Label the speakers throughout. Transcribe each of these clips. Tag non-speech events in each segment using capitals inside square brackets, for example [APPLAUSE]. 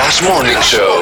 Speaker 1: Last Morning Show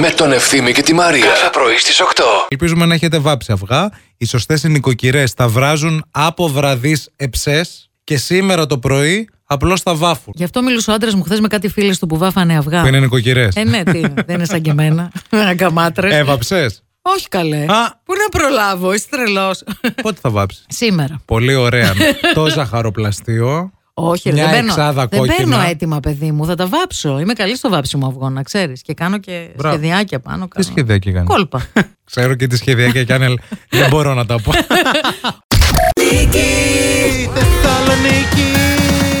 Speaker 1: με τον Ευθύμη και τη Μαρία. Κάθε πρωί στις 8.
Speaker 2: Ελπίζουμε να έχετε βάψει αυγά. Οι σωστές νοικοκυρέ τα βράζουν από βραδείς εψές και σήμερα το πρωί απλώς τα βάφουν.
Speaker 3: Γι' αυτό μιλούσε ο άντρας μου χθες με κάτι φίλες του που βάφανε αυγά.
Speaker 2: Που είναι νοικοκυρές.
Speaker 3: Ε, ναι, τι, είναι, δεν είναι σαν και
Speaker 2: [LAUGHS]
Speaker 3: εμένα. Αγκαμάτρες.
Speaker 2: Έβαψες.
Speaker 3: Όχι καλέ.
Speaker 2: Ε, Α.
Speaker 3: Πού να προλάβω, είσαι τρελός.
Speaker 2: Πότε θα βάψεις.
Speaker 3: [LAUGHS] Σήμερα.
Speaker 2: Πολύ ωραία.
Speaker 3: [LAUGHS]
Speaker 2: το ζαχαροπλαστείο.
Speaker 3: Όχι, ρε,
Speaker 2: Μια
Speaker 3: δεν παίρνω,
Speaker 2: εξάδα
Speaker 3: δεν
Speaker 2: κόκκινα.
Speaker 3: παίρνω έτοιμα, παιδί μου. Θα τα βάψω. Είμαι καλής στο βάψιμο αυγών, να ξέρεις. Και κάνω και
Speaker 2: Μπράβο.
Speaker 3: σχεδιάκια πάνω.
Speaker 2: Τι
Speaker 3: Κάνω...
Speaker 2: σχεδιακή κάνεις. [LAUGHS]
Speaker 3: Κόλπα.
Speaker 2: Ξέρω και τι σχεδιακή κάνει. Δεν μπορώ να τα πω.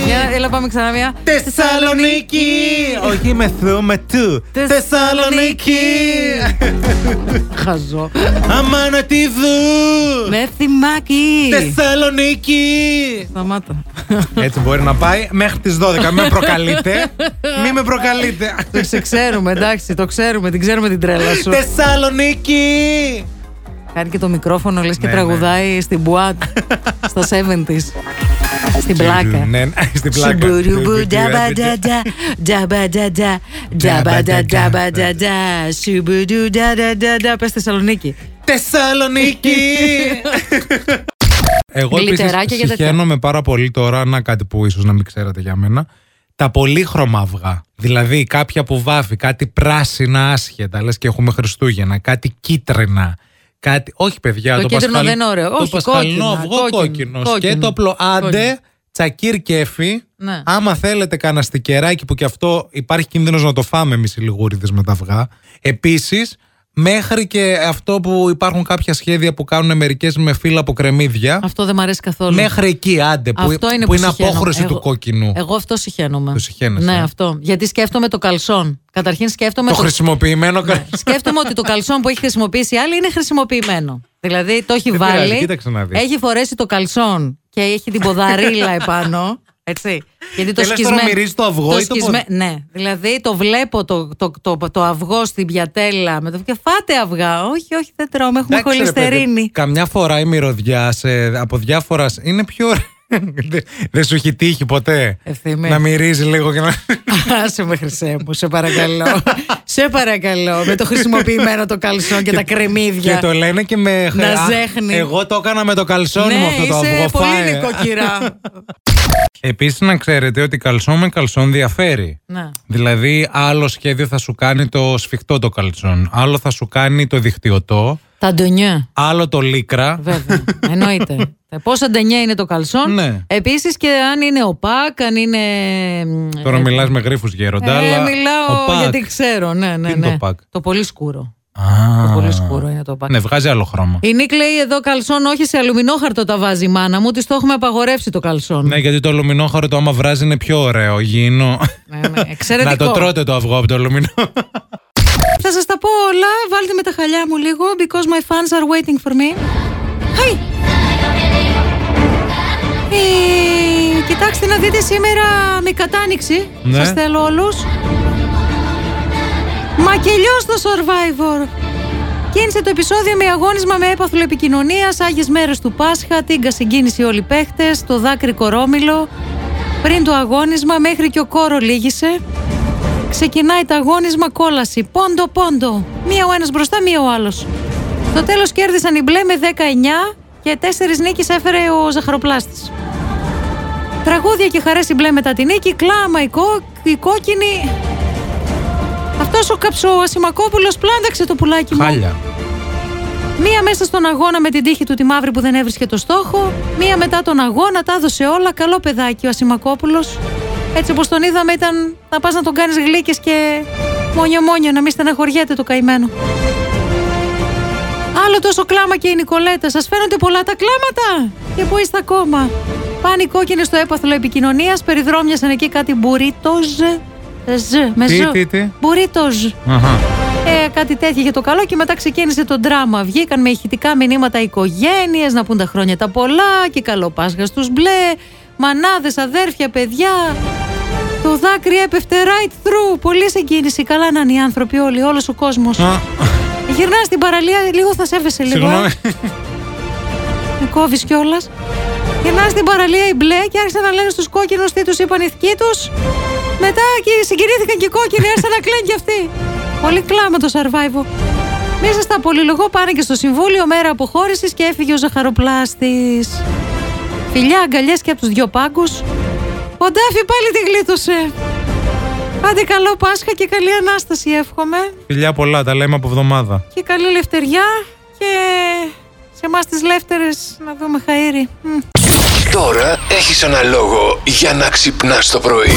Speaker 3: Μια, έλα, πάμε ξανά μια.
Speaker 2: Θεσσαλονίκη! Όχι με θου, με του. [LAUGHS]
Speaker 3: Χαζό.
Speaker 2: Αμάνα τη δου!
Speaker 3: με θυμάκι.
Speaker 2: Θεσσαλονίκη!
Speaker 3: Σταμάτα.
Speaker 2: Έτσι μπορεί να πάει μέχρι τις 12. Μην με προκαλείτε. Μην με προκαλείτε.
Speaker 3: το ξεξέρουμε, εντάξει, το ξέρουμε, την ξέρουμε την τρέλα σου.
Speaker 2: Θεσσαλονίκη!
Speaker 3: Κάνει και το μικρόφωνο, λες και
Speaker 2: Ναι,
Speaker 3: τραγουδάει στην μπουάτ, στα 70s. Στην πλάκα.
Speaker 2: Ναι, ναι, στην πλάκα.
Speaker 3: Σουμπουρουμπου, νταμπανταντά, νταμπανταντά, νταμπανταντά, νταμπανταντά, σουμπουρου, νταμπανταντά. Πες Θεσσαλονίκη.
Speaker 2: Θεσσαλονίκη! Εγώ
Speaker 3: Γλυτεράκια
Speaker 2: επίσης
Speaker 3: και τέτοια.
Speaker 2: συχαίνομαι πάρα πολύ τώρα να κάτι που ίσως να μην ξέρατε για μένα. Τα πολύχρωμα αυγά. Δηλαδή κάποια που βάφει, κάτι πράσινα άσχετα, λες και έχουμε Χριστούγεννα, κάτι κίτρινα. Κάτι... Όχι, παιδιά,
Speaker 3: Το
Speaker 2: το,
Speaker 3: κίτρινο
Speaker 2: πασχαλ-
Speaker 3: δεν είναι ωραίο.
Speaker 2: Το
Speaker 3: Όχι,
Speaker 2: πασχαλινό
Speaker 3: κόκκινο,
Speaker 2: αυγό
Speaker 3: κόκκινο,
Speaker 2: κόκκινο. Και
Speaker 3: κόκκινο.
Speaker 2: το απλό
Speaker 3: Κόκκινο.
Speaker 2: άντε, τσακίρ κέφι.
Speaker 3: Ναι.
Speaker 2: Άμα θέλετε κανένα στικεράκι που και αυτό υπάρχει κίνδυνος να το φάμε εμείς οι λιγούριδες με τα αυγά. Επίσης, μέχρι και αυτό που υπάρχουν κάποια σχέδια που κάνουν μερικές με φύλλα από κρεμμύδια.
Speaker 3: Αυτό δεν μ' αρέσει καθόλου.
Speaker 2: Μέχρι εκεί, άντε, που,
Speaker 3: Αυτό είναι
Speaker 2: που, είναι
Speaker 3: συχαίνομαι.
Speaker 2: απόχρωση
Speaker 3: Εγώ-
Speaker 2: του κόκκινου.
Speaker 3: Εγώ αυτό συχαίνομαι.
Speaker 2: Το συχαίνεσαι,
Speaker 3: Ναι,
Speaker 2: ε.
Speaker 3: αυτό. Γιατί σκέφτομαι το καλσόν. Καταρχήν σκέφτομαι
Speaker 2: το χρησιμοποιημένο
Speaker 3: Ναι. [LAUGHS]
Speaker 2: κα-
Speaker 3: Σκέφτομαι ότι το καλσόν που έχει χρησιμοποιήσει η άλλη είναι χρησιμοποιημένο. Δηλαδή το έχει
Speaker 2: Δεν
Speaker 3: βάλει.
Speaker 2: πειράζει, Ε, κοίταξε να δεις.
Speaker 3: Έχει φορέσει το καλσόν και έχει την ποδαρίλα επάνω. Έτσι. Γιατί το
Speaker 2: Και λες τώρα
Speaker 3: σκισμένο.
Speaker 2: μυρίζει το αυγό ή το ποδ-
Speaker 3: Ναι. Δηλαδή το βλέπω το, το, το, το αυγό στην πιατέλα. Με το... Και φάτε αυγά. Όχι, όχι, δεν τρώμε. Έχουμε
Speaker 2: Εντάξει, ρε παιδί,
Speaker 3: χολυστερίνη.
Speaker 2: Καμιά φορά η μυρωδιά σε, από διάφορας. σ- είναι πιο. [LAUGHS] ωραία. Δε- Δεν σου έχει τύχει ποτέ
Speaker 3: Ευθύμη.
Speaker 2: να μυρίζει λίγο και να.
Speaker 3: Άσε με χρυσέ μου, σε παρακαλώ. σε παρακαλώ. Με το χρησιμοποιημένο το καλσόν και, τα κρεμμύδια.
Speaker 2: Και το λένε και με
Speaker 3: Να
Speaker 2: Α,
Speaker 3: ζέχνει.
Speaker 2: Εγώ το έκανα με το καλσόνι μου
Speaker 3: ναι,
Speaker 2: αυτό το ε.
Speaker 3: είσαι πολύ
Speaker 2: αυγοφάε. [LAUGHS]
Speaker 3: νοικοκυρά.
Speaker 2: Επίσης, να ξέρετε ότι καλσόν με καλσόν διαφέρει.
Speaker 3: ναι.
Speaker 2: Δηλαδή, άλλο σχέδιο θα σου κάνει το σφιχτό το καλσόν. Άλλο θα σου κάνει το δικτυωτό.
Speaker 3: Τα ντονιά.
Speaker 2: Άλλο το λίκρα.
Speaker 3: Βέβαια.
Speaker 2: [LAUGHS]
Speaker 3: Εννοείται. Τα Πόσα ντενιά είναι το καλσόν.
Speaker 2: Ναι.
Speaker 3: Επίσης και αν είναι οπάκ, αν είναι. μ,
Speaker 2: Τώρα
Speaker 3: ε,
Speaker 2: μιλάς με γρήφου
Speaker 3: ε,
Speaker 2: γέροντα. αλλά
Speaker 3: μιλάω
Speaker 2: ο Πακ.
Speaker 3: γιατί ξέρω. Ναι, ναι,
Speaker 2: Τι είναι
Speaker 3: ναι.
Speaker 2: το πακ?
Speaker 3: πολύ σκούρο.
Speaker 2: Α,
Speaker 3: Το πολύ σκούρο είναι το οπάκ.
Speaker 2: Ναι, βγάζει άλλο χρώμα.
Speaker 3: Η Νίκ λέει εδώ καλσόν, όχι σε αλουμινόχαρτο τα βάζει η μάνα μου, της το έχουμε απαγορεύσει το καλσόν.
Speaker 2: Ναι, γιατί το αλουμινόχαρο το άμα βράζει είναι πιο ωραίο, γίνο.
Speaker 3: Ναι,
Speaker 2: [LAUGHS]
Speaker 3: ναι.
Speaker 2: να
Speaker 3: Εξαιρετικό.
Speaker 2: το τρώτε το αυγό από το αλουμινό.
Speaker 3: Θα σας τα πω όλα. Βάλτε με τα χαλιά μου λίγο. Because my fans are waiting for me. Hey! Ε, κοιτάξτε να δείτε σήμερα με κατάνοιξη.
Speaker 2: Ναι.
Speaker 3: Σας θέλω όλους. Μακελιό στο Survivor. Κίνησε το επεισόδιο με αγώνισμα με έπαθλο επικοινωνία, Άγιες μέρες του Πάσχα, τίγκα συγκίνηση όλοι οι παίχτες, το δάκρυ κορόμιλο. Πριν το αγώνισμα, μέχρι και ο κόρο λύγησε. Ξεκινάει το αγώνισμα κόλαση. Πόντο, πόντο. Μία ο ένας μπροστά, μία ο άλλος. Στο τέλος κέρδισαν οι μπλε με 19 και τέσσερις νίκες έφερε ο ζαχαροπλάστης. Τραγούδια και χαρές οι μπλε μετά τη νίκη. Κλάμα η, κό, η κόκκινη. Αυτός ο καψοασημακόπουλο πλάνταξε το πουλάκι μου.
Speaker 2: Χάλια.
Speaker 3: Μία μέσα στον αγώνα με την τύχη του τη μαύρη που δεν έβρισκε το στόχο. Μία μετά τον αγώνα, τα έδωσε όλα. Καλό παιδάκι ο Ασημακόπουλος. Έτσι όπως τον είδαμε, ήταν να πας να τον κάνεις γλύκες και μόνιο μόνιο, να μην στεναχωριέται το καημένο. Άλλο τόσο κλάμα και η Νικολέτα. Σας φαίνονται πολλά τα κλάματα. Και πού είστε ακόμα. Πάνε οι κόκκινες στο έπαθλο επικοινωνίας. Περιδρόμιασαν εκεί κάτι μπουρίτοζ. Ζ, με
Speaker 2: Τι,
Speaker 3: ζ.
Speaker 2: τι, τι?
Speaker 3: Μπουρίτοζ.
Speaker 2: Αχα.
Speaker 3: Ε, κάτι τέτοιο για το καλό και μετά ξεκίνησε το δράμα. Βγήκαν με ηχητικά μηνύματα οικογένειες να πούν τα χρόνια τα πολλά και καλό Πάσχα στους μπλε. Μανάδες, αδέρφια, παιδιά. Το δάκρυ έπεφτε right through. Πολύ συγκίνηση. Καλά να είναι οι άνθρωποι όλοι, όλος ο κόσμος.
Speaker 2: Α,
Speaker 3: Γυρνάς στην παραλία, λίγο θα σέβεσαι λίγο. ε.
Speaker 2: Συγγνώμη.
Speaker 3: Με κόβεις κιόλας. Γυρνάς στην παραλία η μπλε και άρχισαν να λένε στους κόκκινους τι τους είπαν οι θκοί τους. Μετά και συγκινήθηκαν και οι κόκκινοι, άρχισαν να κλαίνουν και αυτοί. Πολύ κλάμα το survival. Μέσα στα πολυλογό πάνε και στο συμβούλιο μέρα αποχώρησης και έφυγε ο ζαχαροπλάστης. Φιλιά, αγκαλιές και από τους δυο πάγκους. Ο Ντάφι πάλι τη γλίτωσε. Άντε καλό Πάσχα και καλή Ανάσταση εύχομαι.
Speaker 2: Φιλιά πολλά, τα λέμε από εβδομάδα.
Speaker 3: Και καλή λευτεριά και σε εμάς τις λεύτερες να δούμε χαΐρι. Μμ.
Speaker 1: Τώρα έχεις ένα λόγο για να ξυπνάς το πρωί.